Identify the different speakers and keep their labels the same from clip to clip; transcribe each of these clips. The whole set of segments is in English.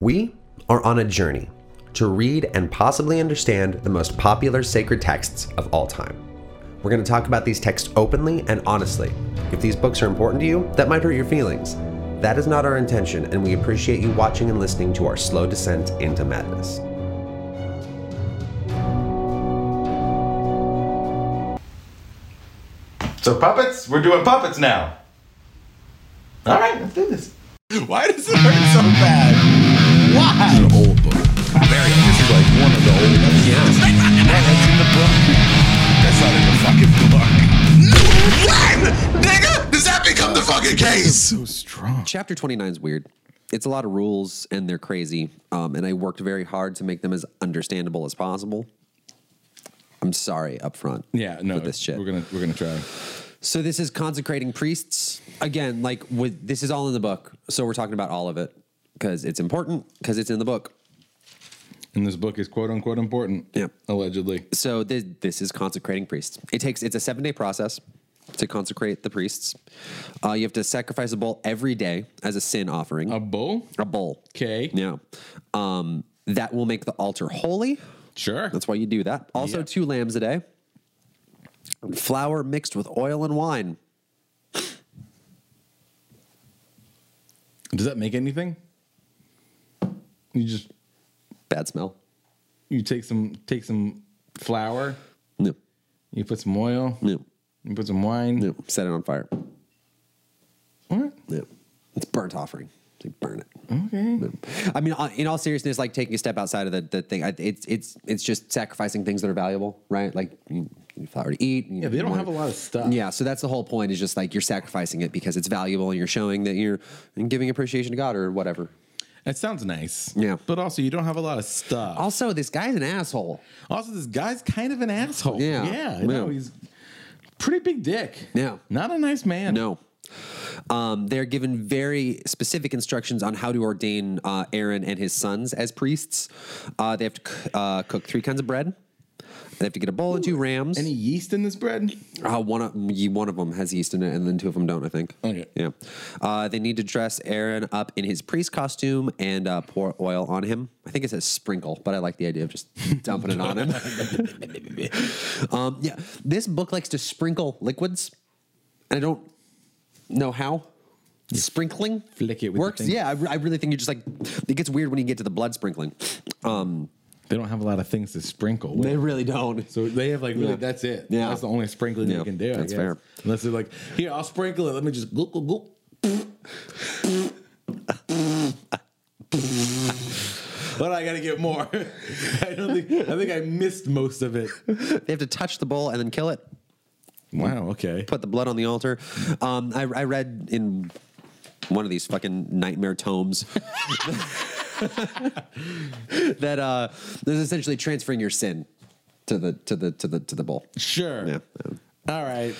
Speaker 1: We are on a journey to read and possibly understand the most popular sacred texts of all time. We're going to talk about these texts openly and honestly. If these books are important to you, that might hurt your feelings. That is not our intention, and we appreciate you watching and listening to our slow descent into madness.
Speaker 2: So puppets, we're doing puppets now. All right, let's do this.
Speaker 3: Why does it hurt so bad? Why? It's an old book. Very old. This is like one of the old ones. Yeah. that's in the book. That's not in the fucking book. When, nigga, does that become the fucking case? So strong.
Speaker 1: Chapter 29 is weird. It's a lot of rules, and they're crazy. Um, and I worked very hard to make them as understandable as possible. I'm sorry up front.
Speaker 3: Yeah, no.
Speaker 1: For this shit.
Speaker 3: We're gonna we're gonna try.
Speaker 1: So this is consecrating priests again. Like with this is all in the book, so we're talking about all of it because it's important because it's in the book.
Speaker 3: And this book is quote unquote important.
Speaker 1: Yeah.
Speaker 3: Allegedly.
Speaker 1: So this, this is consecrating priests. It takes it's a seven day process to consecrate the priests. Uh, you have to sacrifice a bull every day as a sin offering.
Speaker 3: A bull?
Speaker 1: a bull.
Speaker 3: Okay.
Speaker 1: Yeah. Um, that will make the altar holy.
Speaker 3: Sure.
Speaker 1: That's why you do that. Also,
Speaker 3: Yeah.
Speaker 1: two lambs a day. Flour mixed with oil and wine.
Speaker 3: Does that make anything? You just
Speaker 1: Bad smell.
Speaker 3: you take some take some flour,
Speaker 1: No,
Speaker 3: you put some oil,
Speaker 1: no,
Speaker 3: you put some wine.
Speaker 1: no. Set it on fire.
Speaker 3: What?
Speaker 1: No. It's burnt offering. It's like burn it.
Speaker 3: Okay.
Speaker 1: I mean, uh, in all seriousness, like taking a step outside of the, the thing, I- it's it's it's just sacrificing things that are valuable, right? Like you, you flour to eat.
Speaker 3: Yeah, they don't have a lot of stuff.
Speaker 1: Yeah, so that's the whole point. Is just like you're sacrificing it because it's valuable, and you're showing that you're giving appreciation to God or whatever.
Speaker 3: That sounds nice.
Speaker 1: Yeah.
Speaker 3: But also, you don't have a lot of stuff.
Speaker 1: Also, this guy's an asshole.
Speaker 3: Also, this guy's kind of an asshole.
Speaker 1: Yeah.
Speaker 3: Oh. Yeah.
Speaker 1: Yeah.
Speaker 3: No, he's pretty big dick.
Speaker 1: Yeah.
Speaker 3: Not a nice man.
Speaker 1: No. Um, they're given very specific instructions on how to ordain uh, Aaron and his sons as priests. Uh, they have to c- uh, cook three kinds of bread. They have to get a bowl and two rams.
Speaker 3: Any yeast in this bread?
Speaker 1: Uh, one of ye- one of them has yeast in it, and then two of them don't. I think.
Speaker 3: Okay.
Speaker 1: Yeah. Uh, they need to dress Aaron up in his priest costume and uh, pour oil on him. I think it says sprinkle, but I like the idea of just dumping it on him. um, yeah. This book likes to sprinkle liquids, and I don't know how. Sprinkling
Speaker 3: flick it with the
Speaker 1: works.
Speaker 3: thing.
Speaker 1: Yeah, I, re- I really think you just like it gets weird when you get to the blood sprinkling. Um,
Speaker 3: They don't have a lot of things to sprinkle with.
Speaker 1: they really don't.
Speaker 3: so they have like really,
Speaker 1: Yeah.
Speaker 3: that's it.
Speaker 1: Yeah.
Speaker 3: That's the only sprinkling
Speaker 1: Yeah,
Speaker 3: they can do. I
Speaker 1: that's
Speaker 3: guess.
Speaker 1: fair.
Speaker 3: Unless they're like, here, I'll sprinkle it. Let me just gulp, gulp, gulp. but I gotta get more. I don't think I think I missed most of it.
Speaker 1: They have to touch the bowl and then kill it.
Speaker 3: Wow, okay.
Speaker 1: put the blood on the altar. Um, I, I read in one of these fucking nightmare tomes that uh, there's essentially transferring your sin to the to the to the to the bowl.
Speaker 3: Sure.
Speaker 1: Yeah. Um,
Speaker 3: All right.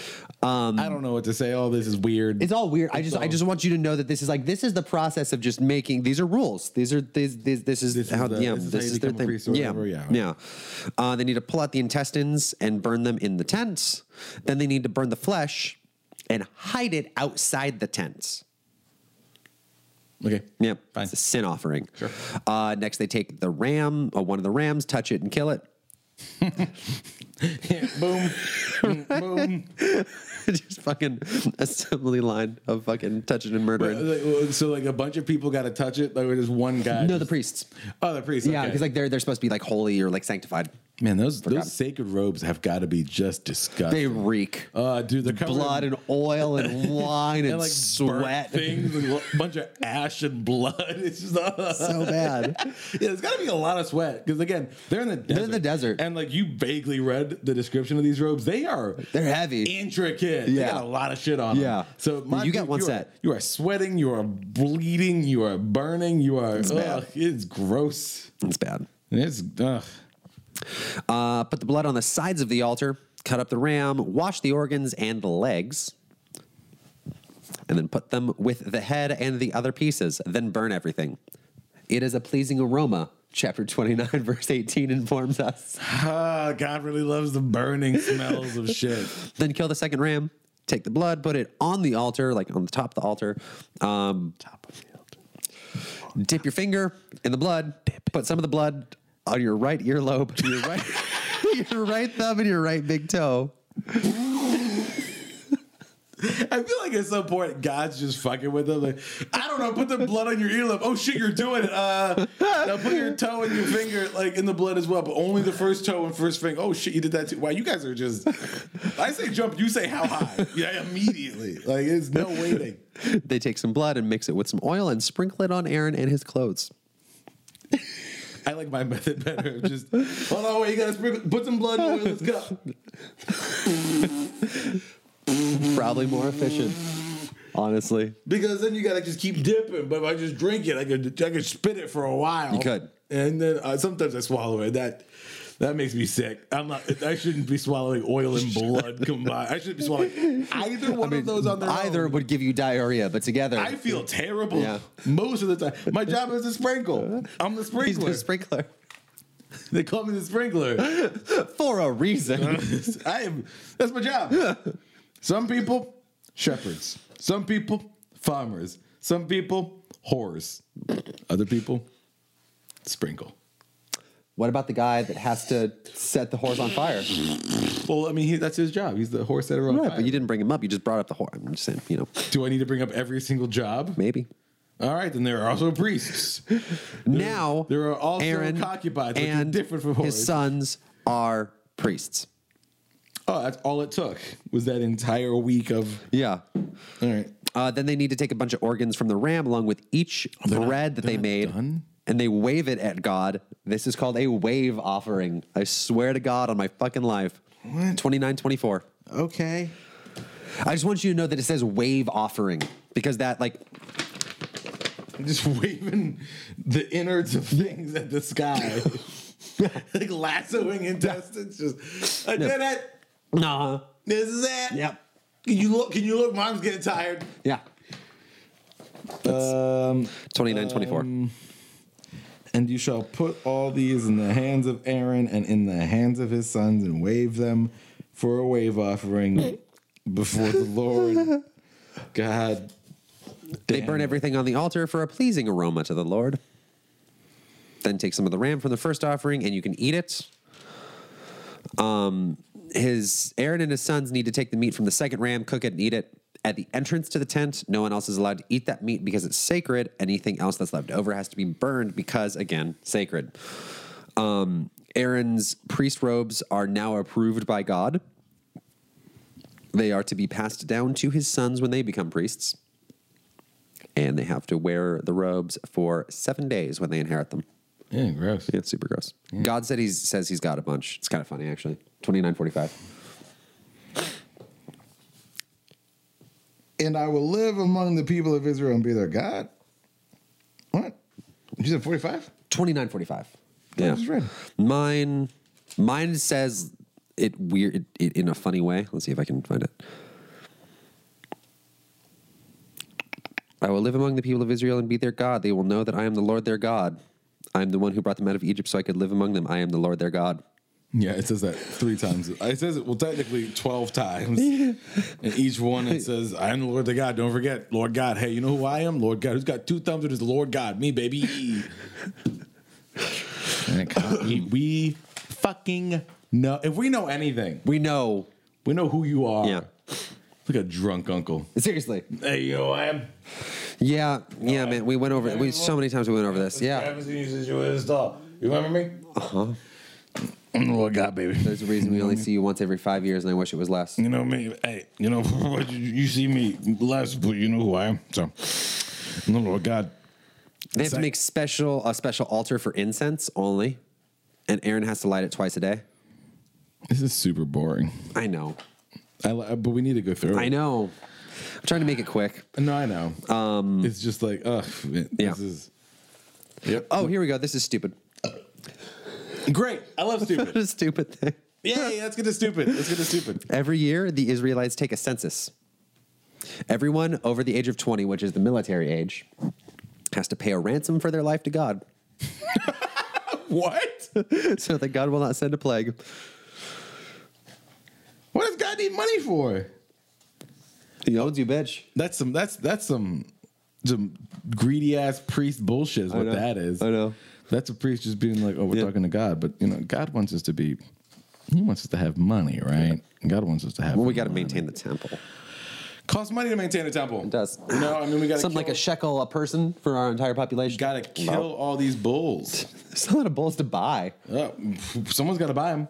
Speaker 3: I don't know what to say. All this is weird.
Speaker 1: It's all weird. I just I just want you to know that this is like this is the process of just making these are rules. These are these, these this is
Speaker 3: This is
Speaker 1: how
Speaker 3: the-
Speaker 1: yeah
Speaker 3: this
Speaker 1: this,
Speaker 3: is how you
Speaker 1: is their
Speaker 3: become a
Speaker 1: thing.
Speaker 3: priest or
Speaker 1: yeah.
Speaker 3: whatever,
Speaker 1: yeah
Speaker 3: yeah.
Speaker 1: Uh, they need to pull out the intestines and burn them in the tents. Then they need to burn the flesh and hide it outside the tents.
Speaker 3: okay.
Speaker 1: Yeah,
Speaker 3: Fine.
Speaker 1: It's a sin offering.
Speaker 3: Sure.
Speaker 1: Uh, next, they take the ram, uh, one of the rams, touch it and kill it.
Speaker 3: Yeah, boom. Mm, boom.
Speaker 1: Just fucking assembly line of fucking touching and murdering.
Speaker 3: Like, So like a bunch of people got to touch it. Like there's one guy.
Speaker 1: no, the
Speaker 3: just-
Speaker 1: priests.
Speaker 3: Oh, the priest.
Speaker 1: Yeah,
Speaker 3: okay.
Speaker 1: because like they're they're supposed to be like holy or like sanctified.
Speaker 3: man, those
Speaker 1: Forgot.
Speaker 3: those sacred robes have got to be just
Speaker 1: They
Speaker 3: disgusting.
Speaker 1: reek.
Speaker 3: uh, dude, they're covered
Speaker 1: Blood
Speaker 3: in-
Speaker 1: and oil and wine and,
Speaker 3: and, like
Speaker 1: sweat.
Speaker 3: sweat things, and a bunch of ash and blood. It's just
Speaker 1: So bad.
Speaker 3: yeah, there's got to be a lot of sweat because again, they're in the desert.
Speaker 1: in the desert.
Speaker 3: and like you vaguely read the description of these robes, they are
Speaker 1: They're heavy.
Speaker 3: intricate.
Speaker 1: Yeah.
Speaker 3: They got a lot of shit on. them.
Speaker 1: Yeah.
Speaker 3: So my
Speaker 1: You got
Speaker 3: dude,
Speaker 1: one
Speaker 3: you
Speaker 1: set.
Speaker 3: Are, you are sweating. You are bleeding. You are burning. You are. It's,
Speaker 1: bad.
Speaker 3: it's gross.
Speaker 1: It's bad.
Speaker 3: It's ugh.
Speaker 1: Uh, put the blood on the sides of the altar. Cut up the ram. Wash the organs and the legs. and then put them with the head and the other pieces, then burn everything. It is a pleasing aroma. Chapter 29, verse 18 informs us.
Speaker 3: Ah, God really loves the burning smells of shit.
Speaker 1: Then kill the second ram, take the blood, put it on the altar, like on the top of the altar. Um, top of the altar. Dip your finger in the blood. Put some of the blood on your right earlobe, your right, your right thumb, and your right big toe.
Speaker 3: I feel like at some point God's just fucking with them. Like, I don't know, put the blood on your earlobe. Oh shit, you're doing it. Uh, now put your toe and your finger like in the blood as well, but only the first toe and first finger. Oh shit, you did that too. Wow, you guys are just. I say jump, you say how high. Yeah, immediately. Like, there's no waiting.
Speaker 1: They take some blood and mix it with some oil and sprinkle it on Aaron and his clothes.
Speaker 3: I like my method better. of Just hold on, wait. You gotta sprinkle, put some blood in. Let's go.
Speaker 1: Probably more efficient, honestly.
Speaker 3: Because then you gotta just keep dipping. But if I just drink it, I could I could spit it for a while.
Speaker 1: You could.
Speaker 3: and then uh, sometimes I swallow it. That that makes me sick. I'm not. I shouldn't be swallowing oil and blood combined. I should be swallowing either one of those on their
Speaker 1: Either
Speaker 3: own.
Speaker 1: would give you diarrhea, but together.
Speaker 3: I feel terrible
Speaker 1: Yeah.
Speaker 3: most of the time. My job is a sprinkle. I'm the
Speaker 1: He's
Speaker 3: sprinkler.
Speaker 1: the sprinkler
Speaker 3: they call me the sprinkler.
Speaker 1: for a reason.
Speaker 3: I am. That's my job. Some people shepherds. Some people farmers. Some people whores. Other people sprinkle.
Speaker 1: What about the guy that has to set the horse on fire?
Speaker 3: Well, I mean, he, that's his job. He's the horse setter on
Speaker 1: Right,
Speaker 3: fire.
Speaker 1: but you didn't bring him up. You just brought up the horse. I'm just saying, you know,
Speaker 3: Do I need to bring up every single job?
Speaker 1: maybe.
Speaker 3: All right, then there are also priests.
Speaker 1: now
Speaker 3: there are also
Speaker 1: Aaron
Speaker 3: concubines, which are
Speaker 1: and
Speaker 3: different from
Speaker 1: his
Speaker 3: whores.
Speaker 1: sons are priests.
Speaker 3: Oh, that's all it took was that entire week of.
Speaker 1: Yeah.
Speaker 3: All right.
Speaker 1: Uh, then they need to take a bunch of organs from the ram along with each
Speaker 3: not-
Speaker 1: bread that
Speaker 3: they're
Speaker 1: they made.
Speaker 3: not done?
Speaker 1: And they wave it at God. This is called a wave offering. I swear to God on my fucking life.
Speaker 3: What?
Speaker 1: 2924.
Speaker 3: Okay.
Speaker 1: I just want you to know that it says wave offering because that, like,
Speaker 3: Just waving the innards of things at the sky, like lassoing intestines. Just I did it.
Speaker 1: nah.
Speaker 3: This is it.
Speaker 1: Yep.
Speaker 3: Can you look? Can you look? Mom's getting tired.
Speaker 1: Yeah.
Speaker 3: Um,
Speaker 1: 2924.
Speaker 3: And you shall put all these in the hands of Aaron and in the hands of his sons and wave them for a wave offering before the Lord. God.
Speaker 1: They
Speaker 3: Damn.
Speaker 1: burn everything on the altar for a pleasing aroma to the Lord. Then take some of the ram from the first offering, and you can eat it. Um, his Aaron and his sons need to take the meat from the second ram, cook it, and eat it. At the entrance to the tent, no one else is allowed to eat that meat because it's sacred. Anything else that's left over has to be burned because, again, sacred. Um, Aaron's priest robes are now approved by God. They are to be passed down to his sons when they become priests and they have to wear the robes for seven days when they inherit them.
Speaker 3: Yeah, gross.
Speaker 1: Yeah, it's super gross. God said he's says he's got a bunch. It's kind of funny actually. Twenty nine forty five.
Speaker 3: And I will live among the people of Israel and be their God. What? You said 45?
Speaker 1: Twenty nine forty five.
Speaker 3: I just read.
Speaker 1: Mine, mine says it weird it, it, in a funny way. Let's see if I can find it. I will live among the people of Israel and be their God. They will know that I am the Lord their God. I am the one who brought them out of Egypt so I could live among them. I am the Lord their God.
Speaker 3: Yeah, it says that three times. It says it, well, technically 12 times. and each one it says, I am the Lord the God. Don't forget, Lord God. Hey, you know who I am? Lord God. Who's got two thumbs? It is the Lord God. Me, baby. we, we fucking know. If we know anything,
Speaker 1: We know.
Speaker 3: we know who you are.
Speaker 1: Yeah.
Speaker 3: Like a drunk uncle.
Speaker 1: Seriously.
Speaker 3: Hey, you know who I am?
Speaker 1: Yeah, yeah, man. We went over. We so many times we went over this.
Speaker 3: I
Speaker 1: Yeah,
Speaker 3: haven't seen you since you were this tall. You remember me? Uh huh. I'm the Lord God, baby.
Speaker 1: there's a reason we only see you once every five years, and I wish it was less.
Speaker 3: You know me. Hey, you know you- you see me less, but you know who I am. So, no, Lord God.
Speaker 1: They have to make special a special altar for incense only, and Aaron has to light it twice a day.
Speaker 3: This is super boring.
Speaker 1: I know,
Speaker 3: I, li- but we need to go through. it.
Speaker 1: I know. I'm trying to make it quick.
Speaker 3: No, I know. Um, it's just like, ugh. This
Speaker 1: Yeah.
Speaker 3: is. Yep.
Speaker 1: Oh, here we go. This is stupid.
Speaker 3: great! I love stupid.
Speaker 1: What a stupid thing.
Speaker 3: Yay! Let's get to stupid. Let's get to stupid.
Speaker 1: Every year, the Israelites take a census. Everyone over the age of 20, which is the military age, has to pay a ransom for their life to God.
Speaker 3: What?
Speaker 1: so that God will not send a plague.
Speaker 3: What does God need money for?
Speaker 1: He owns you, bitch.
Speaker 3: That's some. That's that's some. some greedy ass priest bullshit is what
Speaker 1: know.
Speaker 3: that is.
Speaker 1: I know.
Speaker 3: That's a priest just being like, oh, we're
Speaker 1: Yeah.
Speaker 3: talking to God, but you know, God wants us to be. He wants us to have money, right? God wants us to have.
Speaker 4: Well, we got to
Speaker 3: money.
Speaker 4: maintain the temple.
Speaker 3: Costs money to maintain a temple. It
Speaker 1: does.
Speaker 3: No, I mean we got
Speaker 1: Something like a shekel a person for our entire population.
Speaker 3: Got to kill all these bulls.
Speaker 1: There's a lot of bulls to buy.
Speaker 3: Uh, someone's got to buy them,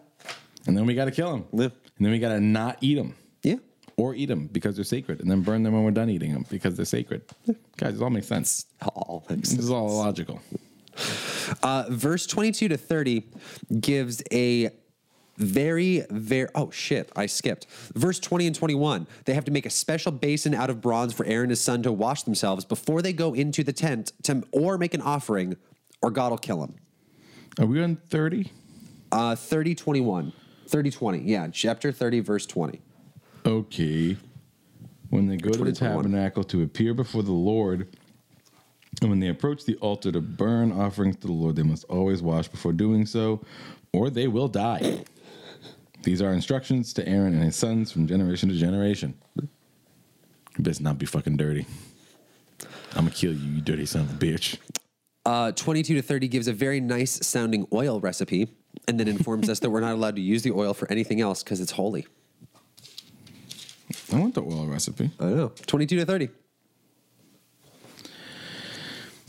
Speaker 3: and then we got to kill them,
Speaker 1: Yeah.
Speaker 3: and then we got to not eat them
Speaker 1: Yeah.
Speaker 3: or eat them because they're sacred, and then burn them when we're done eating them because they're sacred. Guys, it all makes sense.
Speaker 1: All things.
Speaker 3: This is all logical.
Speaker 1: Uh, verse 22 to 30 gives a very very oh shit i skipped verse 20 and 21 they have to make a special basin out of bronze for aaron and his son to wash themselves before they go into the tent to, or make an offering or god will kill them
Speaker 3: Are we on thirty?
Speaker 1: uh 30 21 30 20 yeah chapter 30 verse 20
Speaker 3: Okay. When they go to the
Speaker 1: 2021.
Speaker 3: tabernacle to appear before the Lord, and when they approach the altar to burn offerings to the Lord, they must always wash before doing so, or they will die. These are instructions to Aaron and his sons from generation to generation. You best not be fucking dirty. I'm gonna kill you, you dirty son of a bitch.
Speaker 1: Uh, 22 to 30 gives a very nice sounding oil recipe and then informs us that we're not allowed to use the oil for anything else because it's holy.
Speaker 3: I want the oil recipe.
Speaker 1: I know. 22 to 30.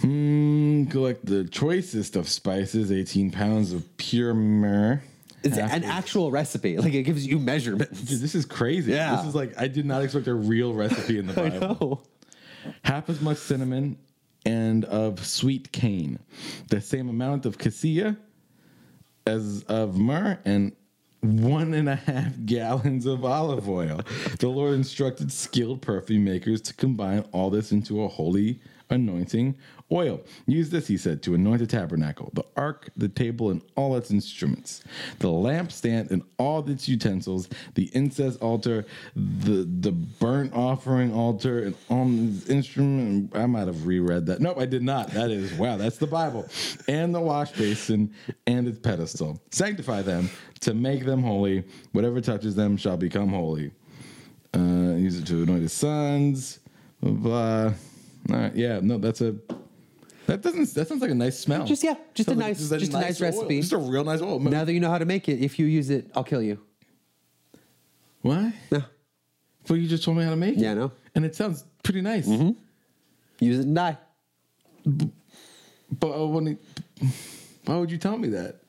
Speaker 3: Mm, collect the choicest of spices, 18 pounds of pure myrrh.
Speaker 1: It's
Speaker 3: half
Speaker 1: an
Speaker 3: of-
Speaker 1: actual recipe. Like it gives you measurements.
Speaker 3: Dude, this is crazy.
Speaker 1: Yeah.
Speaker 3: This is like I did not expect a real recipe in the Bible. Half as much cinnamon and of sweet cane. The same amount of cassia as of myrrh and one and a half gallons of olive oil. The Lord instructed skilled perfume makers to combine all this into a holy anointing oil. Use this, he said, to anoint the tabernacle, the ark, the table, and all its instruments, the lampstand and all its utensils, the incense altar, the the burnt offering altar, and all its instrument. I might have reread that. Nope, I did not. That is wow. That's the Bible, and the wash basin and its pedestal. Sanctify them to make them holy. Whatever touches them shall become holy. Uh, use it to anoint his sons. Blah. blah. All right, yeah, no, that's a. That doesn't. That sounds like a nice smell.
Speaker 1: Just- yeah, just a
Speaker 3: Sounds
Speaker 1: nice- just a nice
Speaker 3: oil.
Speaker 1: recipe.
Speaker 3: Just a real nice oil.
Speaker 1: Now that you know how to make it, if you use it, I'll kill you.
Speaker 3: What?
Speaker 1: No.
Speaker 3: Well, you just told me how to make it.
Speaker 1: Yeah, I know. Mm-hmm.
Speaker 3: And it sounds pretty nice.
Speaker 1: Use it and die.
Speaker 3: But I wouldn't- e-, why would you tell me that?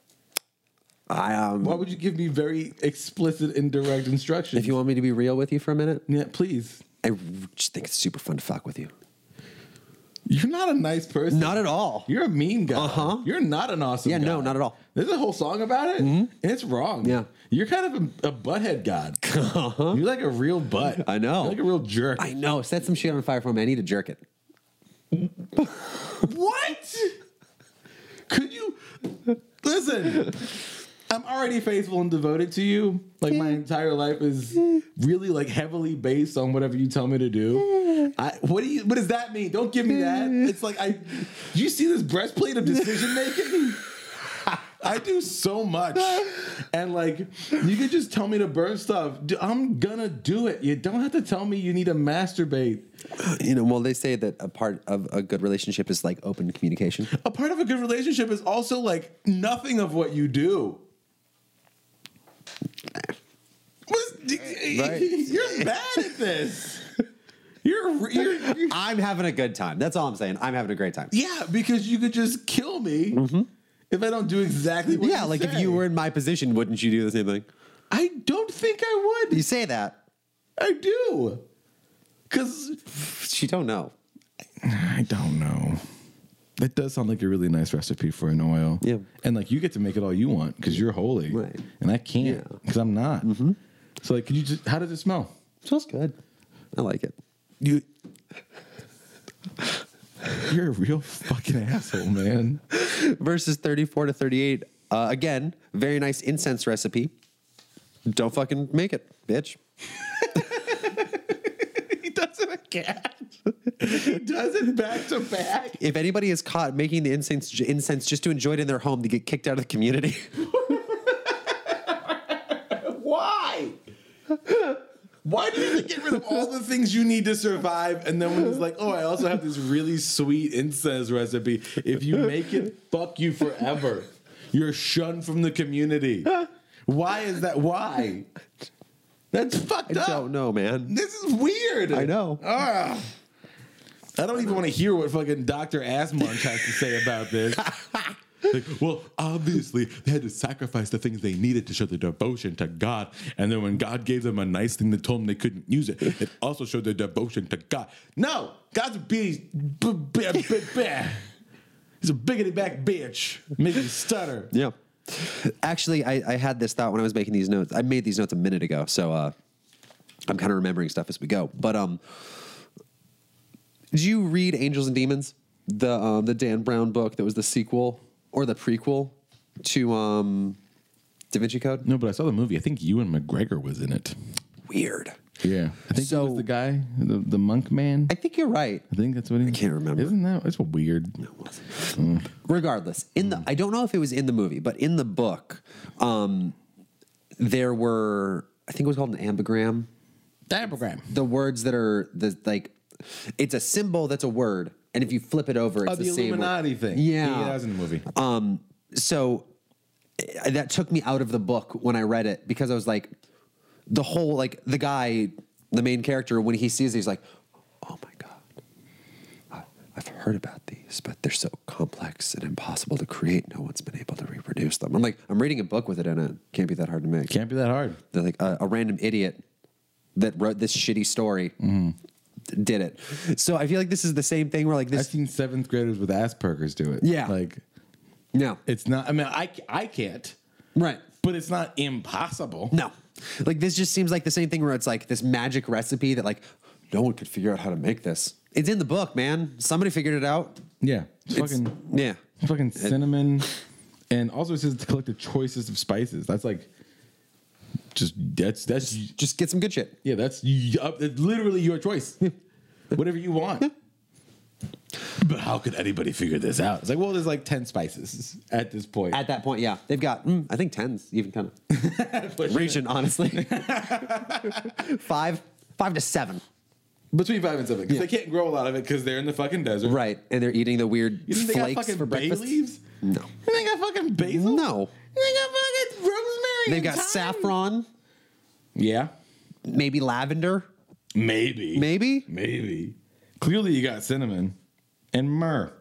Speaker 1: I um.
Speaker 3: Why would you give me very explicit and direct instructions?
Speaker 1: If you want me to be real with you for a minute,
Speaker 3: yeah, please.
Speaker 1: I just think it's super fun to fuck with you.
Speaker 3: You're not a nice person.
Speaker 1: Not at all.
Speaker 3: You're a mean guy.
Speaker 1: Uh-huh.
Speaker 3: You're not an awesome.
Speaker 1: Yeah,
Speaker 3: guy.
Speaker 1: no, not at all. Mm-hmm.
Speaker 3: There's a whole song about it, and it's wrong.
Speaker 1: Yeah.
Speaker 3: you're kind of a, a butthead god. Uh-huh. You're like a real butt.
Speaker 1: I know.
Speaker 3: You're like a real jerk.
Speaker 1: I know. Set some shit on fire for me. I need to jerk it.
Speaker 3: What? Could you listen? I'm already faithful and devoted to you. Like my entire life is really like heavily based on whatever you tell me to do. I what do you what does that mean? Don't give me that. It's like I do you see this breastplate of decision making? I do so much. And like you could just tell me to burn stuff. D- I'm gonna do it. You don't have to tell me you need to masturbate.
Speaker 1: You know, well, they say that a part of a good relationship is like open communication.
Speaker 3: a part of a good relationship is also like nothing of what you do. What's- You're bad at this. You're, you're, you're
Speaker 1: I'm having a good time. That's all I'm saying. I'm having a great time.
Speaker 3: yeah, because you could just kill me if I don't do exactly what.
Speaker 1: Mm-hmm. Yeah,
Speaker 3: you
Speaker 1: like if
Speaker 3: say.
Speaker 1: you were in my position, wouldn't you do the same thing?
Speaker 3: I don't think I
Speaker 1: You
Speaker 3: would.
Speaker 1: say that,
Speaker 3: I do, because
Speaker 1: but you don't know.
Speaker 3: I don't know. That does sound like a really nice recipe for an oil.
Speaker 1: Yeah.
Speaker 3: And like you get to make it all you want because you're holy.
Speaker 1: Right.
Speaker 3: And I can't because I'm not. So like, could you just, how does it smell?
Speaker 1: Smells good. I like it.
Speaker 3: You, you're a real fucking asshole, man.
Speaker 1: Verses 34 to 38. Uh, again, very nice incense recipe. Don't fucking make it, bitch.
Speaker 3: he does it again. he does it back to back.
Speaker 1: If anybody is caught making the incense, incense just to enjoy it in their home, they get kicked out of the community.
Speaker 3: Why? Why do they get rid of all the things you need to survive? And then when he's like, oh, I also have this really sweet incense recipe. If you make it, fuck you forever. You're shunned from the community. Why is that? Why? That's fucked
Speaker 1: I
Speaker 3: up.
Speaker 1: don't know, man.
Speaker 3: This is weird.
Speaker 1: I know.
Speaker 3: Ah. I don't even want to hear what fucking Dr. Asmunch has to say about this. Like, well, obviously, they had to sacrifice the things they needed to show their devotion to God. And then when God gave them a nice thing that told them they couldn't use it, it also showed their devotion to God. No, God's a big, b- b- b- b- He's a biggity back bitch. Make you stutter.
Speaker 1: Yeah. Actually, I, I had this thought when I was making these notes. I made these notes a minute ago, so uh, I'm kind of remembering stuff as we go. But um, did you read Angels and Demons, the um, the Dan Brown book that was the sequel or the prequel to um, Da Vinci Code?
Speaker 3: No, but I saw the movie. I think Ewan McGregor was in it.
Speaker 1: Weird.
Speaker 3: Yeah. I think
Speaker 1: So-
Speaker 3: he was the guy, the, the monk man.
Speaker 1: I think you're right.
Speaker 3: I think that's what he. I
Speaker 1: can't remember.
Speaker 3: Isn't that? It's weird.
Speaker 1: Hmm. regardless in the i don't know if it was in the movie but in the book um there were i think it was called an ambigram
Speaker 3: Diagram.
Speaker 1: the words that are the like it's a symbol that's a word and if you flip it over it's
Speaker 3: Oh, the,
Speaker 1: same word.
Speaker 3: Illuminati thing.
Speaker 1: Yeah. Um,
Speaker 3: that was in the movie.
Speaker 1: so eh, that took me out of the book when I read it because I was like, the whole like the guy, the main character, when he sees it, he's like, oh my god, I, I've heard about these, but they're so complex and impossible to create. No one's been able to reproduce them. I'm like, I'm reading a book with it in it. Can't be that hard to make.
Speaker 3: Can't be that hard.
Speaker 1: They're like a, a random idiot that wrote this shitty story.
Speaker 3: Mm-hmm.
Speaker 1: d- Did it, so I feel like this is the same thing. Where like
Speaker 3: I've
Speaker 1: this,
Speaker 3: seen seventh graders with Asperger's do it.
Speaker 1: Yeah.
Speaker 3: like
Speaker 1: no,
Speaker 3: it's not. I mean, I I can't,
Speaker 1: right?
Speaker 3: but it's not impossible.
Speaker 1: No. Like this just seems like the same thing where it's like this magic recipe that like no one could figure out how to make this. It's in the book, man. Somebody figured it out.
Speaker 3: Yeah, it's
Speaker 1: It's-
Speaker 3: fucking
Speaker 1: yeah.
Speaker 3: it's fucking cinnamon, and also it says to collect the choicest of spices. That's like just that's that's
Speaker 1: Just get some good shit.
Speaker 3: yeah that's y- up- it's literally your choice, whatever you want. But how could anybody figure this out? It's like, well, there's like ten spices at this point.
Speaker 1: At that point, yeah. They've got mm, I think tens even kind of reaching, honestly. five five to seven.
Speaker 3: Between five and seven, because they can't grow a lot of it because they're in the fucking desert.
Speaker 1: Right. And they're eating the weird
Speaker 3: You think they got
Speaker 1: flakes
Speaker 3: fucking
Speaker 1: for
Speaker 3: bay
Speaker 1: breakfast.
Speaker 3: leaves?
Speaker 1: No.
Speaker 3: You think they got fucking basil?
Speaker 1: No.
Speaker 3: You think they got fucking rosemary?
Speaker 1: They've
Speaker 3: and
Speaker 1: got
Speaker 3: thyme?
Speaker 1: saffron,
Speaker 3: Yeah.
Speaker 1: maybe lavender,
Speaker 3: Maybe.
Speaker 1: maybe.
Speaker 3: Maybe. Clearly, you got cinnamon and myrrh.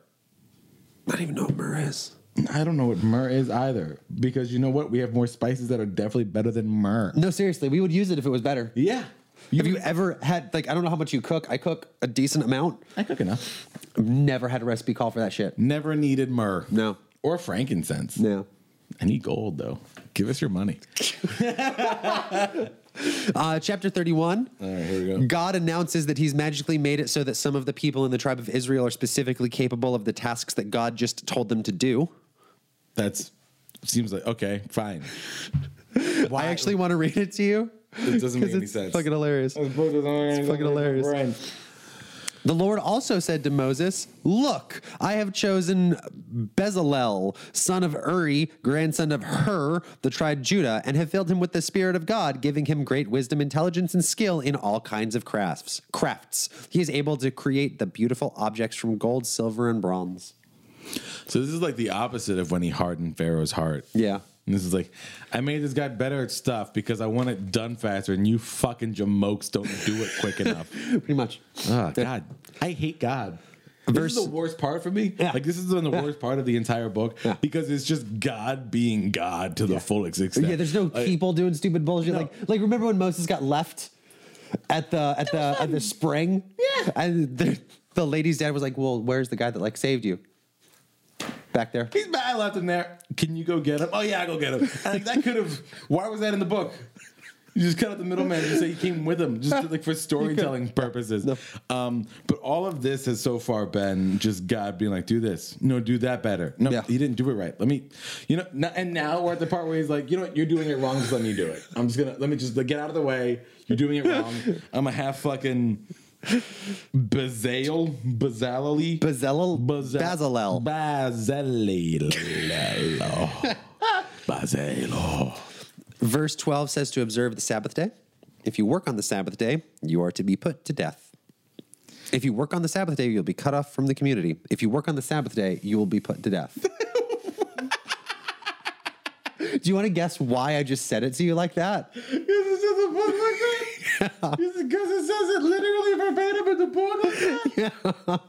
Speaker 1: I don't even know what myrrh is.
Speaker 3: I don't know what myrrh is either, because you know what? We have more spices that are definitely better than myrrh.
Speaker 1: No, seriously, we would use it if it was better.
Speaker 3: Yeah.
Speaker 1: Have you ever had like I don't know how much you cook. I cook a decent amount.
Speaker 3: I cook enough.
Speaker 1: I've never had a recipe call for that shit.
Speaker 3: Never needed myrrh.
Speaker 1: No.
Speaker 3: Or frankincense.
Speaker 1: No.
Speaker 3: I need gold though. Give us your money.
Speaker 1: Uh, chapter 31.
Speaker 3: All right, here we go.
Speaker 1: God announces that he's magically made it so that some of the people in the tribe of Israel are specifically capable of the tasks that God just told them to do.
Speaker 3: That's seems like okay, fine.
Speaker 1: I actually want to read it to you.
Speaker 3: It doesn't make
Speaker 1: 'Cause
Speaker 3: any
Speaker 1: it's
Speaker 3: sense.
Speaker 1: Fucking hilarious.
Speaker 3: it's
Speaker 1: fucking hilarious. The Lord also said to Moses, Look, I have chosen Bezalel, son of Uri, grandson of Hur, the tribe Judah, and have filled him with the Spirit of God, giving him great wisdom, intelligence, and skill in all kinds of crafts. Crafts. He is able to create the beautiful objects from gold, silver, and bronze.
Speaker 3: So this is like the opposite of when he hardened Pharaoh's heart.
Speaker 1: Yeah.
Speaker 3: And this is like, I made this guy better at stuff because I want it done faster, and you fucking jamokes don't do it quick enough.
Speaker 1: Pretty much.
Speaker 3: Oh God, I hate God.
Speaker 1: Verse-
Speaker 3: this is the worst part for me.
Speaker 1: Yeah.
Speaker 3: Like this is been the worst part of the entire book
Speaker 1: Yeah.
Speaker 3: because it's just God being God to the full extent.
Speaker 1: Yeah, there's no
Speaker 3: Like,
Speaker 1: people doing stupid bullshit.
Speaker 3: No.
Speaker 1: Like, like remember when Moses got left at the at the at the spring? Yeah, and the, the lady's dad was like, "Well, where's the guy that like saved you?" Back there.
Speaker 3: He's bad. I left him there. Can you go get him? Oh yeah, I go get him. And, like that could have. Why was that in the book? You just cut out the middleman and say he came with him, just like for storytelling purposes. Um, but all of this has so far been just God being like, "Do this, no, do that better." No,
Speaker 1: Yeah.
Speaker 3: he didn't do it right. Let me, you know. n- And now we're at the part where he's like, "You know what? You're doing it wrong. Just let me do it. I'm just gonna let me just like, get out of the way. You're doing it wrong. I'm a half fucking Bazale, Bazalely,
Speaker 1: Bezalel,
Speaker 3: Baza-
Speaker 1: Bezalel.
Speaker 3: Bazalel. Bazalel.
Speaker 1: Verse twelve says to observe the Sabbath day. If you work on the Sabbath day, you are to be put to death. If you work on the Sabbath day, you'll be cut off from the community. If you work on the Sabbath day, you will be put to death. Do you want to guess why I just said it to you like that?
Speaker 3: Because it says a book like that. Because it says it literally verbatim in the book like that.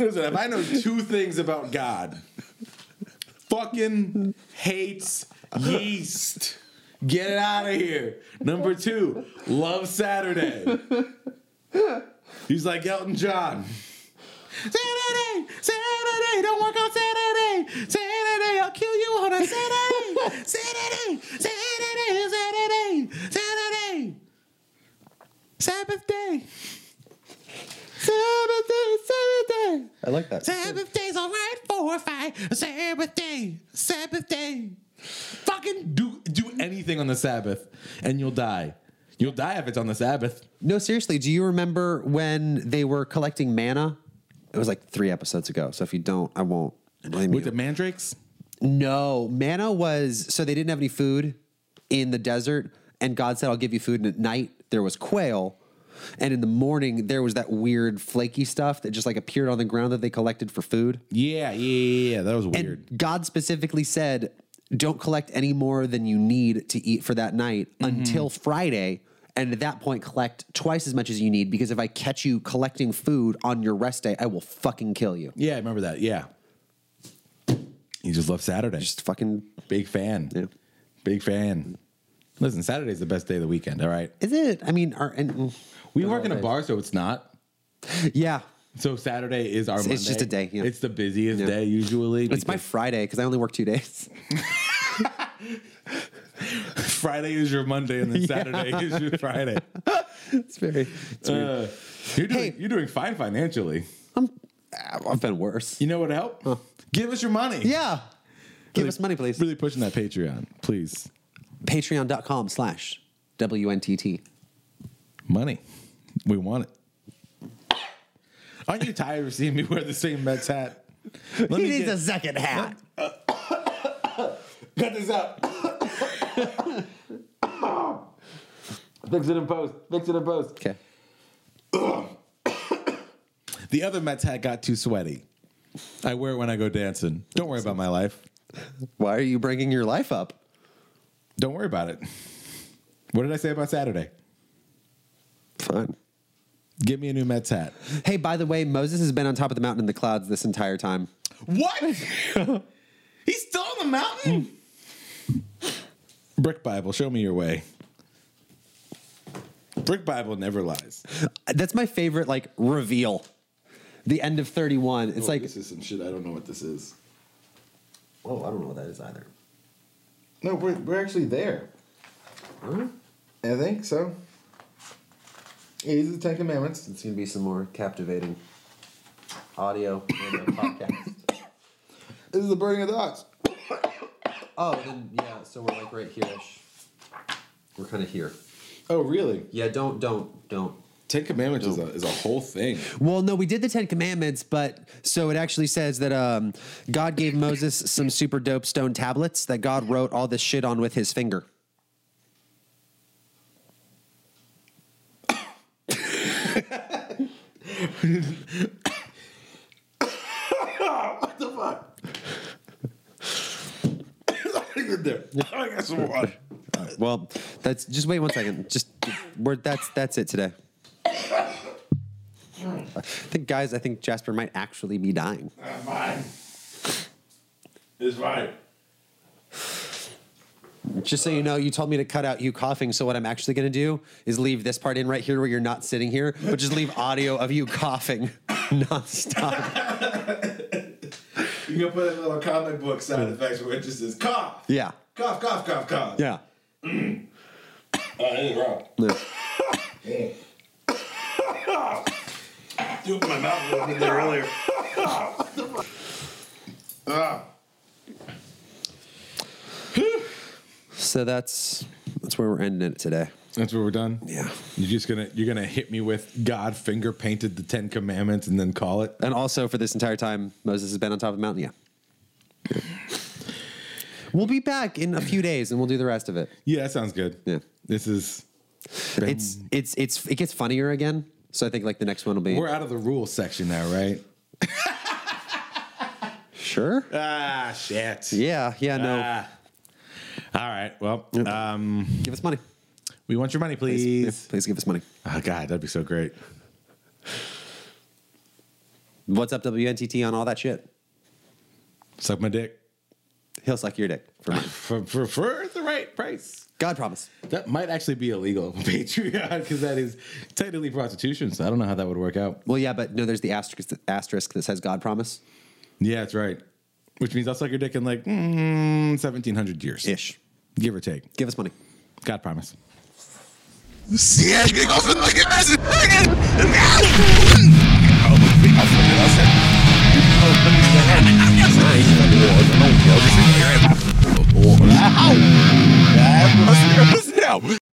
Speaker 3: Listen, if I know two things about God, fucking hates yeast. Get it out of here. Number two, love Saturday. He's like Elton John. Saturday, Saturday, don't work on Saturday. Saturday, I'll kill you on a Saturday. Saturday, Saturday, Saturday, Saturday. Sabbath day. Sabbath day, Sabbath day.
Speaker 1: I like that.
Speaker 3: Sabbath day's all right for a fight. Sabbath day, Sabbath day. Fucking do do anything on the Sabbath, and you'll die. You'll die if it's on the Sabbath.
Speaker 1: No, seriously, do you remember when they were collecting manna? It was like three episodes ago. So if you don't, I won't blame
Speaker 3: With
Speaker 1: you.
Speaker 3: the mandrakes,
Speaker 1: no, manna was so they didn't have any food in the desert, and God said, "I'll give you food." And at night there was quail, and in the morning there was that weird flaky stuff that just like appeared on the ground that they collected for food.
Speaker 3: yeah, yeah, yeah, yeah. That was
Speaker 1: And God specifically said, "Don't collect any more than you need to eat for that night
Speaker 3: Mm-hmm.
Speaker 1: until Friday." And at that point, collect twice as much as you need because if I catch you collecting food on your rest day, I will fucking kill you.
Speaker 3: yeah, I remember that. Yeah, you just love Saturday.
Speaker 1: Just fucking
Speaker 3: big fan.
Speaker 1: Yeah.
Speaker 3: Big fan. Listen, Saturday's the best day of the weekend. All right,
Speaker 1: is it? I mean, are, and, mm,
Speaker 3: we work in a bar, so it's not.
Speaker 1: yeah,
Speaker 3: So Saturday is our.
Speaker 1: It's- it's just
Speaker 3: Monday.
Speaker 1: a day, yeah.
Speaker 3: It's the busiest
Speaker 1: Yeah.
Speaker 3: day usually.
Speaker 1: it's my
Speaker 3: because
Speaker 1: Friday because I only work two days.
Speaker 3: Friday is your Monday, and then Saturday is your Friday.
Speaker 1: it's very. It's weird.
Speaker 3: Uh, you're doing
Speaker 1: Hey.
Speaker 3: you're doing fine financially.
Speaker 1: I'm, I've been worse.
Speaker 3: You know what help? Give us your money.
Speaker 1: Yeah, give
Speaker 3: Really-
Speaker 1: us money, please.
Speaker 3: Really pushing that Patreon, please.
Speaker 1: Patreon.com/slash WNTT.
Speaker 3: Money. We want it. Aren't you tired of seeing me wear the same Mets hat? Let me get,
Speaker 1: second hat.
Speaker 3: cut this out. Fix it in post. Fix it in post.
Speaker 1: Okay.
Speaker 3: The other Mets hat got too sweaty. I wear it when I go dancing. Don't worry about my life.
Speaker 1: Why are you bringing your life up?
Speaker 3: Don't worry about it. What did I say about Saturday?
Speaker 1: Fine.
Speaker 3: Give me a new Mets hat.
Speaker 1: Hey, by the way, Moses has been on top of the mountain in the clouds this entire time.
Speaker 3: What? He's still on the mountain? Brick Bible, show me your way. Brick Bible never lies.
Speaker 2: Oh,
Speaker 1: That's my favorite, like, reveal. The end of 31. It's like,
Speaker 3: is some shit. I don't know what this is.
Speaker 1: oh, I don't know what that is either.
Speaker 2: No, we're, we're actually there. I think so. It is the Ten Commandments.
Speaker 1: It's going to be some more captivating audio and podcast.
Speaker 2: This is the burning of the ox.
Speaker 1: Oh, then, yeah, so we're like right here We're kind of here.
Speaker 2: Oh, really?
Speaker 1: Yeah, don't, don't, don't.
Speaker 3: Ten Commandments is a, is a whole thing.
Speaker 1: Well, no, we did the Ten Commandments, but so it actually says that um, God gave Moses some super dope stone tablets that God wrote all this shit on with his finger.
Speaker 3: I got some water.
Speaker 1: Well, that's just wait one second. Just we're that's that's it today. I think guys, I think Jasper might actually be dying.
Speaker 3: Fine. It's fine.
Speaker 1: Just so you know, you told me to cut out you coughing, so what I'm actually gonna do is leave this part in right here where you're not sitting here, but just leave audio of you coughing nonstop.
Speaker 3: You can put a little comic book side effects where it just says cough,
Speaker 1: Yeah.
Speaker 3: cough, cough, cough, cough.
Speaker 1: Yeah.
Speaker 3: Oh, that ain't wrong.
Speaker 1: No.
Speaker 3: Dude, my mouth was open there earlier.
Speaker 1: So that's that's where we're ending it today.
Speaker 3: That's where we're done.
Speaker 1: Yeah.
Speaker 3: You're just gonna you're gonna hit me with God finger painted the Ten Commandments and then call it.
Speaker 1: And also for this entire time, Moses has been on top of the mountain. Yeah. We'll be back in a few days and we'll do the rest of it.
Speaker 3: Yeah, that sounds good.
Speaker 1: Yeah.
Speaker 3: This is
Speaker 1: It's it's it's it gets funnier again. So I think like the next one will be
Speaker 3: we're out of the rule section now, right?
Speaker 1: sure.
Speaker 3: Ah, shit.
Speaker 1: Yeah, yeah, no.
Speaker 3: Ah. All right. Well, um,
Speaker 1: give us money.
Speaker 3: we want your money,
Speaker 1: Please,
Speaker 3: please.
Speaker 1: please give us money.
Speaker 3: Oh God, that'd be so great.
Speaker 1: What's up, WNTT, on all that shit?
Speaker 3: Suck my dick
Speaker 1: He'll suck your dick for money.
Speaker 3: for for, for the right price.
Speaker 1: God promise.
Speaker 3: That might actually be illegal on Patreon because that is technically prostitution. So I don't know how that would work out.
Speaker 1: Well, yeah, but no, there's the asterisk, asterisk that says God promise
Speaker 3: Yeah, that's right. Which means I'll suck your dick in like mm, seventeen hundred years,
Speaker 1: ish.
Speaker 3: give or take.
Speaker 1: Give us money.
Speaker 3: God promise.
Speaker 5: Wow. That was-